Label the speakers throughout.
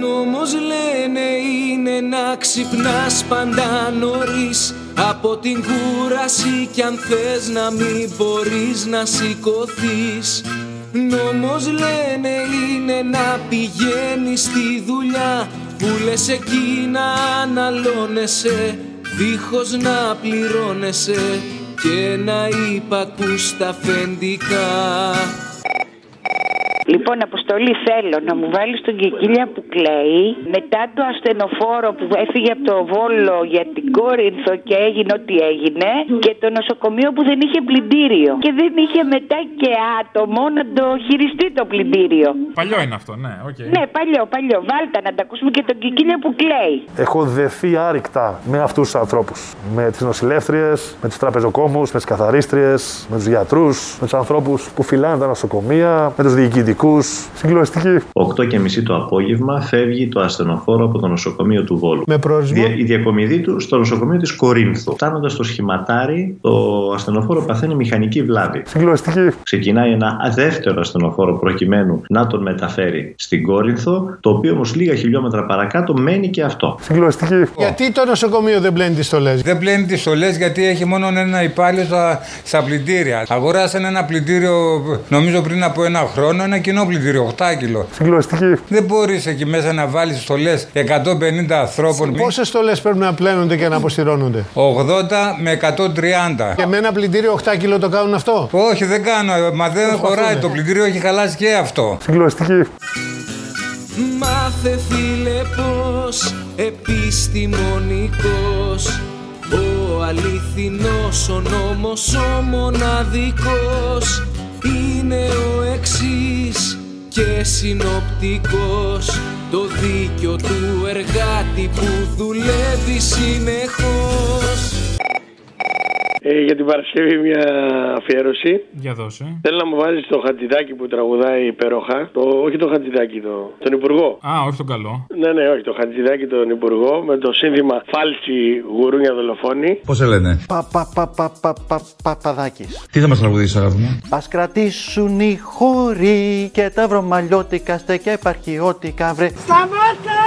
Speaker 1: Νόμος λένε είναι να ξυπνάς πάντα νωρίς Από την κούραση κι αν θες να μην μπορείς να σηκωθείς Νόμος λένε είναι να πηγαίνεις στη δουλειά Που λες εκεί να αναλώνεσαι Δίχως να πληρώνεσαι Και να υπακούς τα αφεντικά
Speaker 2: Λοιπόν, Αποστολή, θέλω να μου βάλεις τον Κικίλια που κλαίει μετά το ασθενοφόρο που έφυγε από το Βόλο για την Κόρινθο και έγινε ό,τι έγινε και το νοσοκομείο που δεν είχε πλυντήριο και δεν είχε μετά και άτομο να το χειριστεί το πλυντήριο.
Speaker 3: Παλιό είναι αυτό, ναι, οκ.
Speaker 2: Ναι, παλιό, παλιό. Βάλτα να τα ακούσουμε και τον Κικίλια που κλαίει.
Speaker 4: Έχω δεθεί άρρηκτα με αυτούς τους ανθρώπους. Με τις νοσηλεύτριες, με τους τραπεζοκόμους, με τις καθαρίστριες, με τους γιατρούς, με τους ανθρώπους που φυλάνε τα νοσοκομεία, με τους διοικητικούς. Συγκλονιστική.
Speaker 5: 8 και μισή το απόγευμα φεύγει το ασθενοφόρο από το νοσοκομείο του Βόλου.
Speaker 6: Με προορισμό.
Speaker 5: Δια- Η διακομιδή του στο νοσοκομείο της Κορίνθου. Φτάνοντας στο σχηματάρι, το ασθενοφόρο παθαίνει μηχανική βλάβη.
Speaker 4: Συγκλονιστική.
Speaker 5: Ξεκινάει ένα δεύτερο ασθενοφόρο προκειμένου να τον μεταφέρει στην Κόρινθο, το οποίο όμως λίγα χιλιόμετρα παρακάτω μένει και αυτό.
Speaker 4: Συγκλονιστική.
Speaker 6: Γιατί το νοσοκομείο δεν μπλένει τις στολές.
Speaker 7: Δεν πλένει τις στολές γιατί έχει μόνο ένα υπάλληλο στα, στα πλυντήρια. Αγοράσαν ένα πλυντήριο, νομίζω πριν από ένα χρόνο, ένα κοινό πλυντήριο, 8 κιλο.
Speaker 4: Συγκλονιστική.
Speaker 7: Δεν μπορείς εκεί μέσα να βάλεις στολές 150 ανθρώπων.
Speaker 1: Ναι.
Speaker 6: Πόσες στολές πρέπει να πλένονται και να αποστηρώνονται.
Speaker 7: 80 με 130.
Speaker 6: Και με ένα πλυντήριο 8 κιλό το κάνουν αυτό.
Speaker 7: Όχι, δεν κάνω. Μα δεν
Speaker 6: Προσπαθούμε.
Speaker 7: χωράει. Το πλυντήριο έχει χαλάσει και αυτό.
Speaker 4: Συγκλονιστική.
Speaker 1: Μάθε φίλε πως επιστημονικός Ο αληθινός, ο νόμος, ο μοναδικός Είναι ο εξής και συνοπτικός Το δίκιο του εργάτη που δουλεύει συνεχώς
Speaker 8: Ε, για την Παρασκευή μια αφιέρωση.
Speaker 3: Για δώσε.
Speaker 8: Θέλω να μου βάλεις το χατζηδάκι που τραγουδάει υπέροχα. Το, όχι το χατζηδάκι, το, τον Υπουργό.
Speaker 3: Α, όχι τον καλό.
Speaker 8: Ναι, ναι, όχι, το χατζηδάκι τον Υπουργό με το σύνθημα Φάλση γουρούνια δολοφόνη.
Speaker 9: Πώς σε λένε,
Speaker 10: πα πα πα πα πα πα παπαδάκης.
Speaker 9: Τι θα μας τραγουδήσει, αγάπη μου.
Speaker 10: Ας κρατήσουν οι χώροι και τα βρωμαλιώτικα στέκια επαρχιώτικα βρε. Σταμάτα!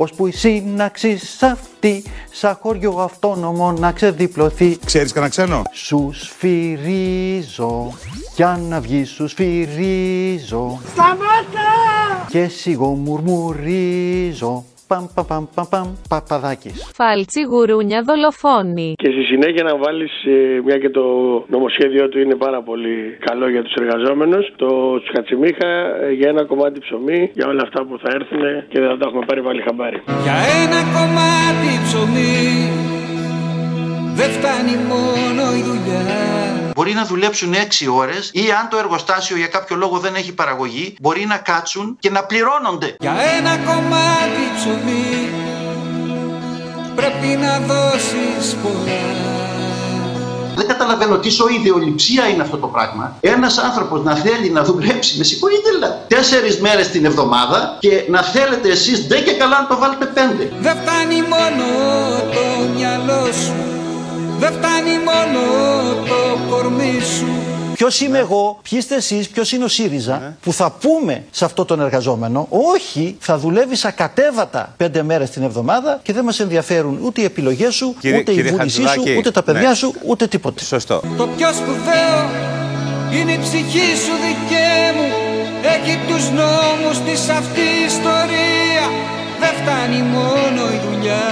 Speaker 10: Ώσπου η σύναξη σ' αυτή, σαν χωριό αυτόνομο να ξεδιπλωθεί.
Speaker 9: Ξέρεις κανένα ξένο.
Speaker 10: Σους σφυρίζω, για να βγει σους σφυρίζω. Σταμάτα! Και σιγό μουρμουρίζω. Παμ παμ παμ παμ παμ παπαδάκης.
Speaker 11: Φάλτσι γουρούνια δολοφόνη.
Speaker 8: Και στη συνέχεια να βάλεις, μια και το νομοσχέδιο του είναι πάρα πολύ καλό για τους εργαζόμενους, το Τσχατσιμίχα ε, για ένα κομμάτι ψωμί, για όλα αυτά που θα έρθουν και δεν θα τα έχουμε πάρει πάλι χαμπάρι.
Speaker 1: Για ένα κομμάτι ψωμί Δεν φτάνει μόνο η δουλειά
Speaker 10: Μπορεί να δουλέψουν 6 ώρες ή αν το εργοστάσιο για κάποιο λόγο δεν έχει παραγωγή, μπορεί να κάτσουν και να πληρώνονται.
Speaker 1: Για ένα κομμάτι ψωμί πρέπει να δώσεις πολλά.
Speaker 10: Δεν καταλαβαίνω τι σοϊδεολειψία είναι αυτό το πράγμα. Ένας άνθρωπος να θέλει να δουλέψει, με συγχωρείτε, αλλά τέσσερις μέρες την εβδομάδα και να θέλετε εσείς δεν και καλά να το βάλετε πέντε.
Speaker 1: Δεν φτάνει μόνο το μυαλό σου, δεν φτάνει μόνο το κορμί σου.
Speaker 10: Ποιος
Speaker 9: Ναι.
Speaker 10: είμαι εγώ, ποιοι είστε εσείς, ποιος είναι ο ΣΥΡΙΖΑ, που θα πούμε σε αυτό τον εργαζόμενο, όχι, θα δουλεύει ακατέβατα πέντε μέρες την εβδομάδα και δεν μας ενδιαφέρουν ούτε οι επιλογές σου,
Speaker 9: Κύριε-
Speaker 10: ούτε
Speaker 9: κύριε
Speaker 10: η βούλησή σου,
Speaker 9: Χατζηδάκη,
Speaker 10: ούτε τα παιδιά
Speaker 9: ναι.
Speaker 10: σου, ούτε τίποτε.
Speaker 9: Σωστό.
Speaker 1: Το πιο σπουδαίο είναι η ψυχή σου δικαί μου, έχει τους νόμους της αυτής η ιστορία, δεν φτάνει μόνο η δουλειά.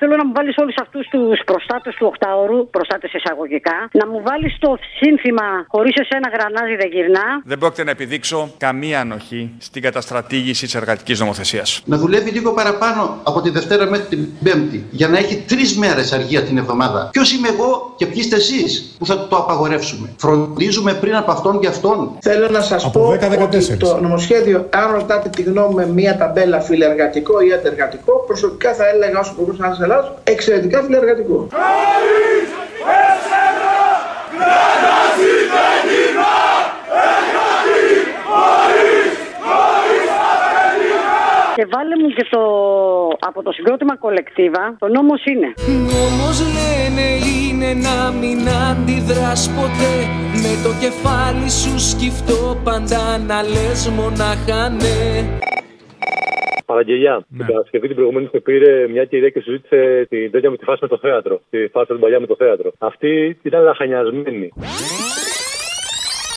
Speaker 2: Θέλω να μου βάλεις όλους αυτούς τους προστάτες του οκτάωρου, προστάτες εισαγωγικά, να μου βάλεις το σύνθημα Χωρίς εσένα γρανάζι δεν γυρνά.
Speaker 7: Δεν πρόκειται να επιδείξω καμία ανοχή στην καταστρατήγηση της εργατικής νομοθεσίας.
Speaker 10: να δουλεύει λίγο παραπάνω από τη Δευτέρα μέχρι την Πέμπτη για να έχει τρεις μέρες αργία την εβδομάδα. Ποιος είμαι εγώ και ποιοι είστε εσείς που θα το απαγορεύσουμε. Φροντίζουμε πριν από αυτόν και αυτόν.
Speaker 8: Θέλω να σας
Speaker 6: Από 10-14.
Speaker 8: νομοσχέδιο, αν ρωτάτε τη γνώμη με μία ταμπέλα φιλεργατικό ή αντεργατικό, προσωπικά θα έλεγα ω Υπουργό τη Ελλάδα εξαιρετικά φιλεργατικό.
Speaker 2: Και βάλε μου και το από
Speaker 12: από το συγκρότημα κολεκτίβα, το νόμο είναι.
Speaker 1: Νόμος λένε είναι να μην αντιδράς ποτέ Με το κεφάλι σου σκυφτό πάντα να λες μονάχα ναι
Speaker 13: Παραγγελιά. Την Παρασκευή την προηγούμενη που πήρε μια κυρία και συζήτησε την τέτοια με τη φάση με το θέατρο. Τη φάση την παλιά με το θέατρο. Αυτή ήταν λαχανιασμένη.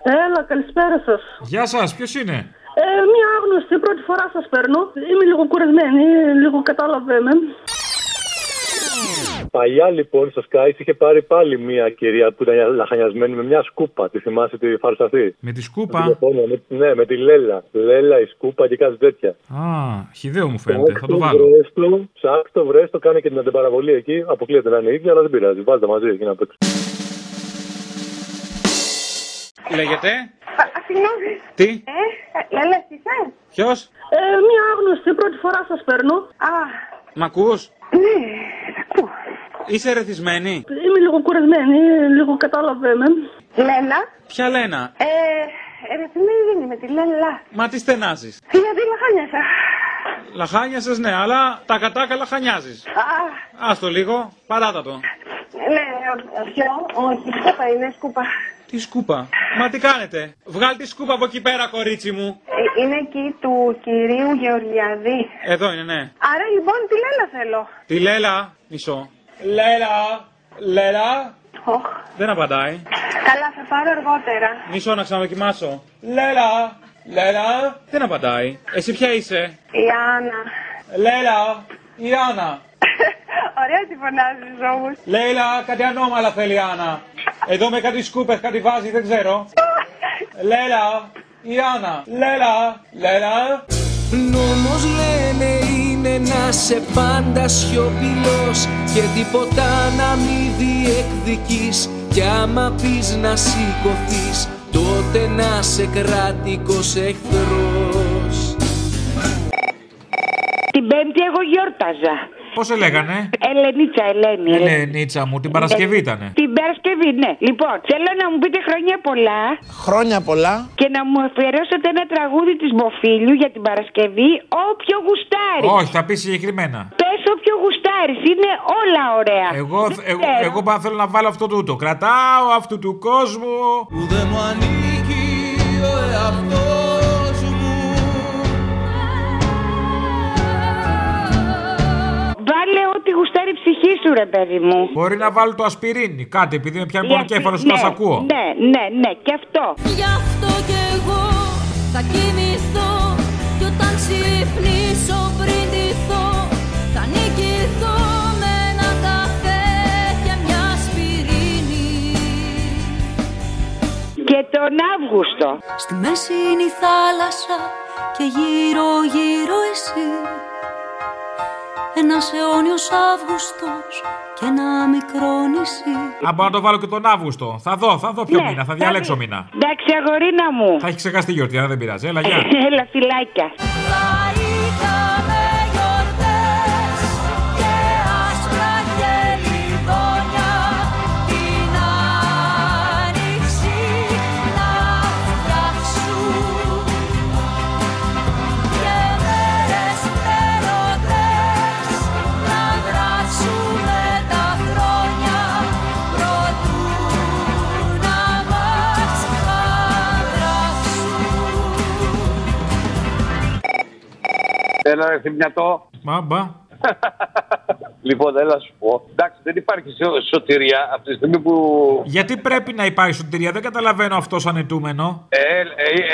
Speaker 14: Έλα, καλησπέρα σας.
Speaker 3: Γεια σας, ποιος είναι.
Speaker 14: Ε, μία άγνωστη, πρώτη φορά σας παίρνω. Είμαι λίγο κουρασμένη, λίγο κατάλαβε με.
Speaker 13: Παλιά λοιπόν στο Sky είχε πάρει πάλι μια κυρία που ήταν λαχανιασμένη με μια σκούπα. Τη θυμάσαι τη φάρσα αυτή.
Speaker 3: Με τη
Speaker 13: Με
Speaker 3: σκούπα.
Speaker 13: τη διαφώνεια, με- ναι, με τη Λέλα. Λέλα, η σκούπα και κάτι τέτοια.
Speaker 3: Α, χιδαίο μου φαίνεται. Θα το βάλω.
Speaker 13: βρέστο, ψάξτε, βρέστο, κάνε και την αντιπαραβολή εκεί. Αποκλείεται να είναι η ίδια, αλλά δεν πειράζει. Βάλτε μαζί εκεί να παίξει.
Speaker 3: Λέγεται.
Speaker 14: Συγγνώμη.
Speaker 3: Τι.
Speaker 14: Ε, Έλα, τι θε.
Speaker 3: Ποιος.
Speaker 14: Ε, μία άγνωστη, πρώτη φορά σας παίρνω. Α,
Speaker 3: Μ' ακούς.
Speaker 14: ναι.
Speaker 3: Είσαι ρεθισμένη.
Speaker 14: Είμαι λίγο κουρασμένη, λίγο κατάλαβε με. Λέλα.
Speaker 3: Ποια Λένα.
Speaker 14: Ε, ερεθισμένη δεν είμαι, τη Λέλα.
Speaker 3: Μα τι στενάζεις.
Speaker 14: Γιατί λαχάνιασα.
Speaker 3: Λαχάνιασε, ναι, αλλά τα κατάκα λαχανιάζεις.
Speaker 14: Α,
Speaker 3: Άστο λίγο, παράτατο.
Speaker 14: ναι, όχι, όχι, σκούπα είναι, σκούπα.
Speaker 3: Τι σκούπα. Μα τι κάνετε. Βγάλ τη σκούπα από εκεί πέρα, κορίτσι μου.
Speaker 14: Ε, Είναι εκεί του κυρίου Γεωργιαδή.
Speaker 3: Εδώ είναι, ναι.
Speaker 14: Άρα λοιπόν τη Λέλα θέλω.
Speaker 3: Τη Λέλα. Μισό. Λέλα. Λέλα. Δεν απαντάει.
Speaker 14: Καλά, θα πάρω αργότερα.
Speaker 3: Μισό να ξαναδοκιμάσω. Λέλα. Λέλα. Δεν απαντάει. Εσύ ποια είσαι.
Speaker 14: Η Άννα.
Speaker 3: Λέλα. Η Άννα.
Speaker 14: Ωραία τη φωνάζεις όμως.
Speaker 3: Λέλα, κάτι ανώμαλα θέλει η Άννα. Εδώ με κάτι σκούπες, κάτι βάζει, δεν ξέρω. Λέλα, η Άννα. Λέλα, Λέλα.
Speaker 1: Νόμος λένε είναι να σε πάντα σιωπηλός Και τίποτα να μη διεκδικείς Κι άμα πεις να σηκωθείς, τότε να σε κρατικός εχθρός
Speaker 2: Την Πέμπτη εγώ γιόρταζα.
Speaker 3: Πώς σε λέγανε.
Speaker 2: Ελενίτσα, Ελένη.
Speaker 3: Ναι, Νίτσα μου, την Παρασκευή ήτανε.
Speaker 2: Την Παρασκευή, ναι. Λοιπόν, θέλω να μου πείτε χρόνια πολλά. Χρόνια πολλά. Και να μου αφιερώσετε ένα τραγούδι της Μποφίλιου για την Παρασκευή, όποιο γουστάρι.
Speaker 3: Όχι, θα πεις συγκεκριμένα.
Speaker 2: Πες όποιο γουστάρι, είναι όλα ωραία. Ναι,
Speaker 3: Εγώ,
Speaker 2: Δεν
Speaker 3: εγώ,
Speaker 2: ξέρω.
Speaker 3: εγώ πα- θέλω να βάλω αυτό το ούτο. Κρατάω αυτού του κόσμου.
Speaker 1: Που δεν μου ανήκει ο εαυτός μου
Speaker 2: Βάλε ό,τι γουστάρει η ψυχή σου, ρε παιδί μου.
Speaker 3: Μπορεί να βάλω το ασπιρίνι, κάτι, επειδή με πιάνει πόνο
Speaker 2: Γιατί-
Speaker 3: κέφαλο όταν σ' ακούω.
Speaker 2: Ναι, ναι, ναι, και αυτό.
Speaker 15: Γι' αυτό κι εγώ θα κοιμηθώ Κι όταν ξυπνήσω πριν ντυθώ Θα νικηθώ με ένα καφέ και μια σπιρίνη
Speaker 2: Και τον Αύγουστο.
Speaker 15: Στη μέση είναι η θάλασσα και γύρω γύρω εσύ Ένας αιώνιος Αύγουστος και ένα μικρό νησί
Speaker 3: Αν μπορώ να το βάλω και τον Αύγουστο. Θα δω, θα δω ποιο μήνα, θα διαλέξω μήνα.
Speaker 2: Ναι, Εντάξει, αγορίνα μου.
Speaker 3: Θα έχει ξεχάσει τη γιορτή, αλλά δεν πειράζει. Έλα, γεια.
Speaker 2: Έλα, φυλάκια.
Speaker 15: Είχαμε γιορτές και άσπρα και λιβόνια Την άνοιξη να φτιάξουν Και μέρες ερωτές να γράψουμε τα χρόνια Προτού να μας αντράξουν
Speaker 16: Έλα, ρε θυμιατό.
Speaker 3: Μάμπα.
Speaker 16: Λοιπόν, έλα σου πω. Εντάξει, δεν υπάρχει σω- σωτηρία από τη στιγμή που.
Speaker 3: Γιατί πρέπει να υπάρχει σωτηρία, δεν καταλαβαίνω αυτό σαν ετούμενο.
Speaker 16: Ε, ε,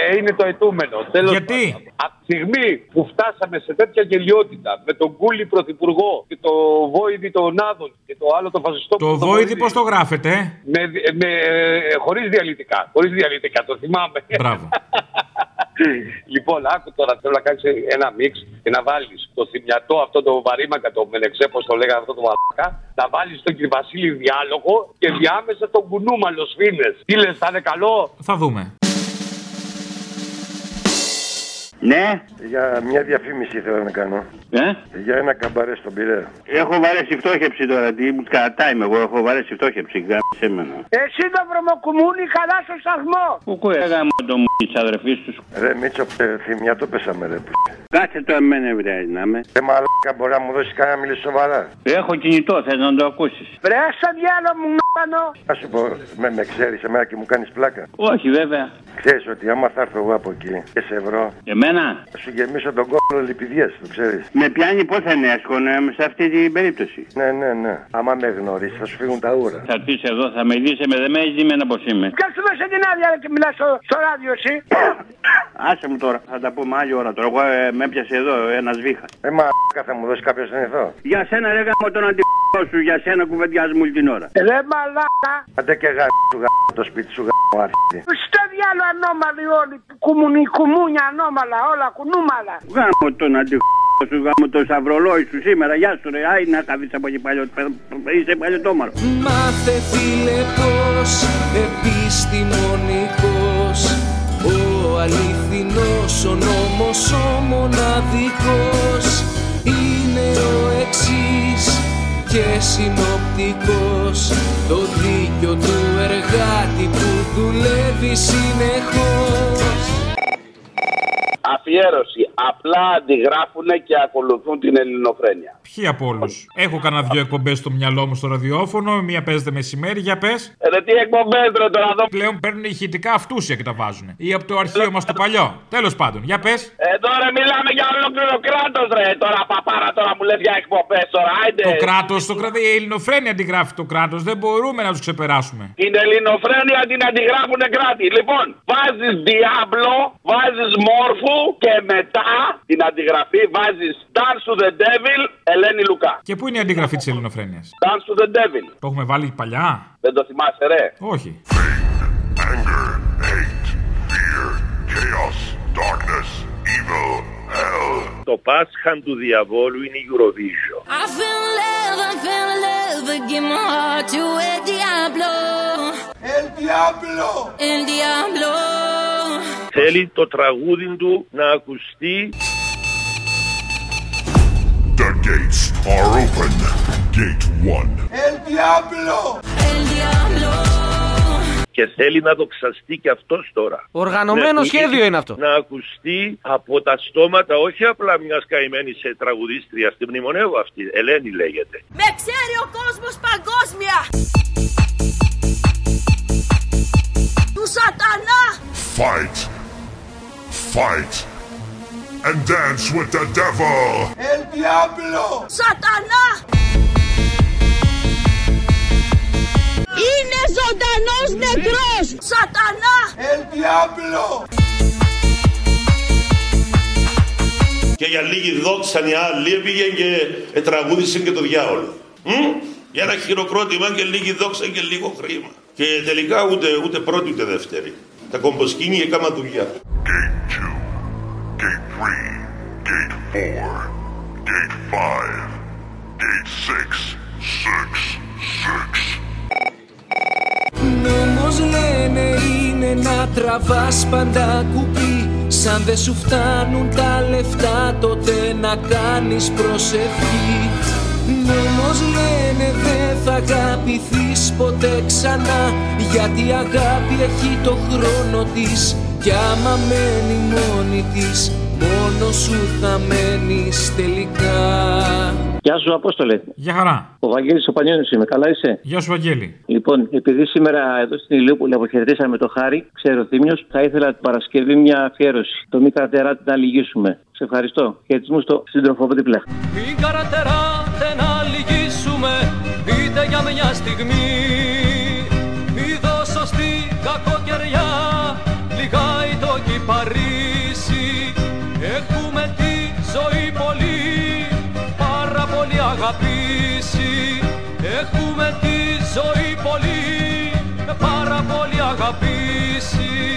Speaker 16: ε, είναι το ετούμενο. Τέλος
Speaker 3: Γιατί?
Speaker 16: πάντων. Από τη στιγμή που φτάσαμε σε τέτοια γελιότητα με τον Κούλι Πρωθυπουργό και το Βόηδη τον Άδων και το άλλο το φασιστό.
Speaker 3: Το βόηδι πώς το γράφετε. ε?
Speaker 16: Με, με, ε, χωρίς διαλυτικά. Χωρίς διαλυτικά, το θυμάμαι.
Speaker 3: Μπράβο.
Speaker 16: λοιπόν, άκου τώρα, θέλω να κάνεις ένα μίξ και να βάλεις το θυμιατό αυτό το βαρύμακα, το μελεξέ, πώς το λέγανε αυτό το μαλάκα, να βάλεις τον κύριο Βασίλη διάλογο και διάμεσα τον κουνούμαλο σφήνες. Τι λες, θα είναι καλό.
Speaker 3: Θα δούμε.
Speaker 17: Ναι.
Speaker 18: Για μια διαφήμιση θέλω να κάνω.
Speaker 17: Ε?
Speaker 18: Για ένα καμπαρέ στον Πειραιά.
Speaker 17: Έχω βαρέσει φτώχεψη τώρα. Τι μου κρατάει με εγώ. Έχω βαρέσει φτώχεψη. Γάμισε εμένα.
Speaker 19: Εσύ το βρωμοκουμούνι καλά στο σταθμό.
Speaker 17: Κουκουέ. Έγαμε το μου τη αδερφή τους.
Speaker 18: Ρε Μίτσο, ε, θυμιά το πέσαμε ρε.
Speaker 17: Κάτσε το εμένα, βρειάζει να με.
Speaker 18: Ε, μαλάκα μπορεί να μου δώσεις κανένα μιλήσεις σοβαρά.
Speaker 17: Έχω κινητό, θες να το ακούσεις.
Speaker 19: Βρε στο διάλο μου μ***νο.
Speaker 18: Να σου πω, με, με ξέρεις εμένα και μου κάνεις πλάκα.
Speaker 17: Όχι, βέβαια.
Speaker 18: Ξέρεις ότι άμα θα έρθω εγώ από εκεί και σε ευρώ,
Speaker 17: Εμένα.
Speaker 18: θα σου γεμίσω τον κόλλο λιπηδιέ, το ξέρεις.
Speaker 17: Με πιάνει πότε να ασχολούμαι ε, σε αυτή την περίπτωση.
Speaker 18: Ναι, ναι, ναι. Άμα με γνωρίσει, θα σου φύγουν τα ούρα.
Speaker 17: Θα πεις εδώ, θα με δει, με δεν με έχεις δει εμένα πώς είμαι.
Speaker 19: Ποιος σου δώσε την άδεια ρε, και μιλάς στο, στο ράδιο εσύ.
Speaker 17: Άσε μου τώρα, θα τα πούμε άλλη ώρα τώρα. Εγώ ε, με έπιασε εδώ ένα βήχα.
Speaker 18: Ε, μαλάκα θα μου δώσει κάποιος εδώ.
Speaker 17: Για σένα ρε γάμο τον αντιπ***ο σου, για σένα κουβεντιάζουμε όλη την ώρα.
Speaker 19: Ρε μαλάκα.
Speaker 18: Αντέ και γάμι σου γάμι το σπίτι σου γάμι αρχίδι.
Speaker 19: Στο διάλο ανώμαλοι όλοι. Κουμουνι, κουμούνια ανώμαλα όλα κουνούμαλα.
Speaker 17: Γάμο τον αντιπ***ο σου, γάμο τον σαυρολόι σου σήμερα. Γεια σου ρε, άι να χαβείς από εκεί παλιό, είσαι παλιωτόμαρο.
Speaker 1: Μάθε φίλε πως επιστημονικός Ο αληθινός, ο νόμος, ο μοναδικός Είναι ο εξής και συνοπτικός Το δίκιο του εργάτη που δουλεύει συνεχώς
Speaker 16: Αφιέρωση. Απλά αντιγράφουν και ακολουθούν την ελληνοφρένεια.
Speaker 20: Ποιοι από όλους. Έχω κανένα δύο εκπομπές στο μυαλό μου στο ραδιόφωνο. Μία παίζεται μεσημέρι, για πες.
Speaker 16: Ρε Ε, τι εκπομπές ρε τώρα εδώ.
Speaker 20: Πλέον παίρνουν ηχητικά αυτούσια και τα βάζουν. Ή από το αρχείο μας το παλιό. Τέλος πάντων, για πες.
Speaker 16: Εδώ ρε Ε, μιλάμε για ολόκληρο κράτος ρε. Τώρα παπάρα τώρα μου λες για εκπομπές τώρα. Άιντε.
Speaker 20: Το κράτος, το κράτο, η ελληνοφρένεια αντιγράφει το κράτος. Δεν μπορούμε να τους ξεπεράσουμε.
Speaker 16: Την ελληνοφρένεια την αντιγράφουν κράτη. Λοιπόν, βάζεις διάβλο, βάζεις μόρφου και μετά την αντιγραφή βάζεις Dance to the Devil, Ελένη Λουκά.
Speaker 20: Και πού είναι η αντιγραφή της ελληνοφρένειας.
Speaker 16: Dance to the Devil.
Speaker 20: Το έχουμε βάλει παλιά.
Speaker 16: Δεν το θυμάσαι ρε.
Speaker 20: Όχι.
Speaker 21: Το Πάσχαν του Διαβόλου είναι η Eurovision.
Speaker 15: I fell in love, I fell in love, I give my heart to El Diablo. El Diablo. El Diablo.
Speaker 21: Θέλει το τραγούδι του να ακουστεί.
Speaker 22: The gates are open. Gate 1.
Speaker 15: El Diablo. El Diablo.
Speaker 21: Και θέλει να δοξαστεί και αυτός τώρα.
Speaker 23: Οργανωμένο
Speaker 21: Ναι,
Speaker 23: σχέδιο είναι αυτό.
Speaker 21: Να ακουστεί από τα στόματα όχι απλά μιας καημένης ε, τραγουδίστριας. Την μνημονεύω αυτή. Ελένη λέγεται.
Speaker 15: Με ξέρει ο κόσμος παγκόσμια. Του σατανά.
Speaker 22: Fight. Fight. And dance with the devil.
Speaker 15: El Diablo. Σατανά. Είναι ζωντανός νεκρός. Σατανά. El Diablo.
Speaker 24: Και για λίγη δόξα οι άλλοι έπηγε και ε, τραγούδησε και το διάολο. Μμ? Για ένα χειροκρότημα και λίγη δόξα και λίγο χρήμα. Και τελικά ούτε, ούτε πρώτη ούτε δεύτερη. Τα κομποσκίνη έκανα δουλειά.
Speaker 22: Gate 4. Gate 5. Gate 6. 6. 6.
Speaker 1: Νόμος λένε είναι να τραβάς πάντα κουπί Σαν δεν σου φτάνουν τα λεφτά τότε να κάνεις προσευχή Νόμος λένε δεν θα αγαπηθείς ποτέ ξανά Γιατί η αγάπη έχει το χρόνο της Κι άμα μένει μόνη της Μόνος σου θα μένεις τελικά
Speaker 25: Γεια σου, Απόστολε.
Speaker 20: Γεια χαρά.
Speaker 25: Ο Βαγγέλης ο Πανιόνιος είμαι. Καλά είσαι.
Speaker 20: Γεια σου, Βαγγέλη.
Speaker 25: Λοιπόν, επειδή σήμερα εδώ στην Ηλιούπολη αποχαιρετήσαμε το χάρη, ξέρω θύμιο, θα ήθελα την Παρασκευή μια αφιέρωση. Το μη καρτεράτη να λυγίσουμε. Σε ευχαριστώ. Χαιρετισμού στο σύντροφο από δίπλα.
Speaker 26: Μην καρατεράτε να λυγίσουμε Είτε για μια στιγμή Μη δώσω στη κακοκαιριά Λιγάει το κυπαρίσι Έχουμε τη ζωή πολύ Πάρα πολύ αγαπήσεις Έχουμε τη ζωή πολύ Πάρα πολύ αγαπήσει
Speaker 6: ε,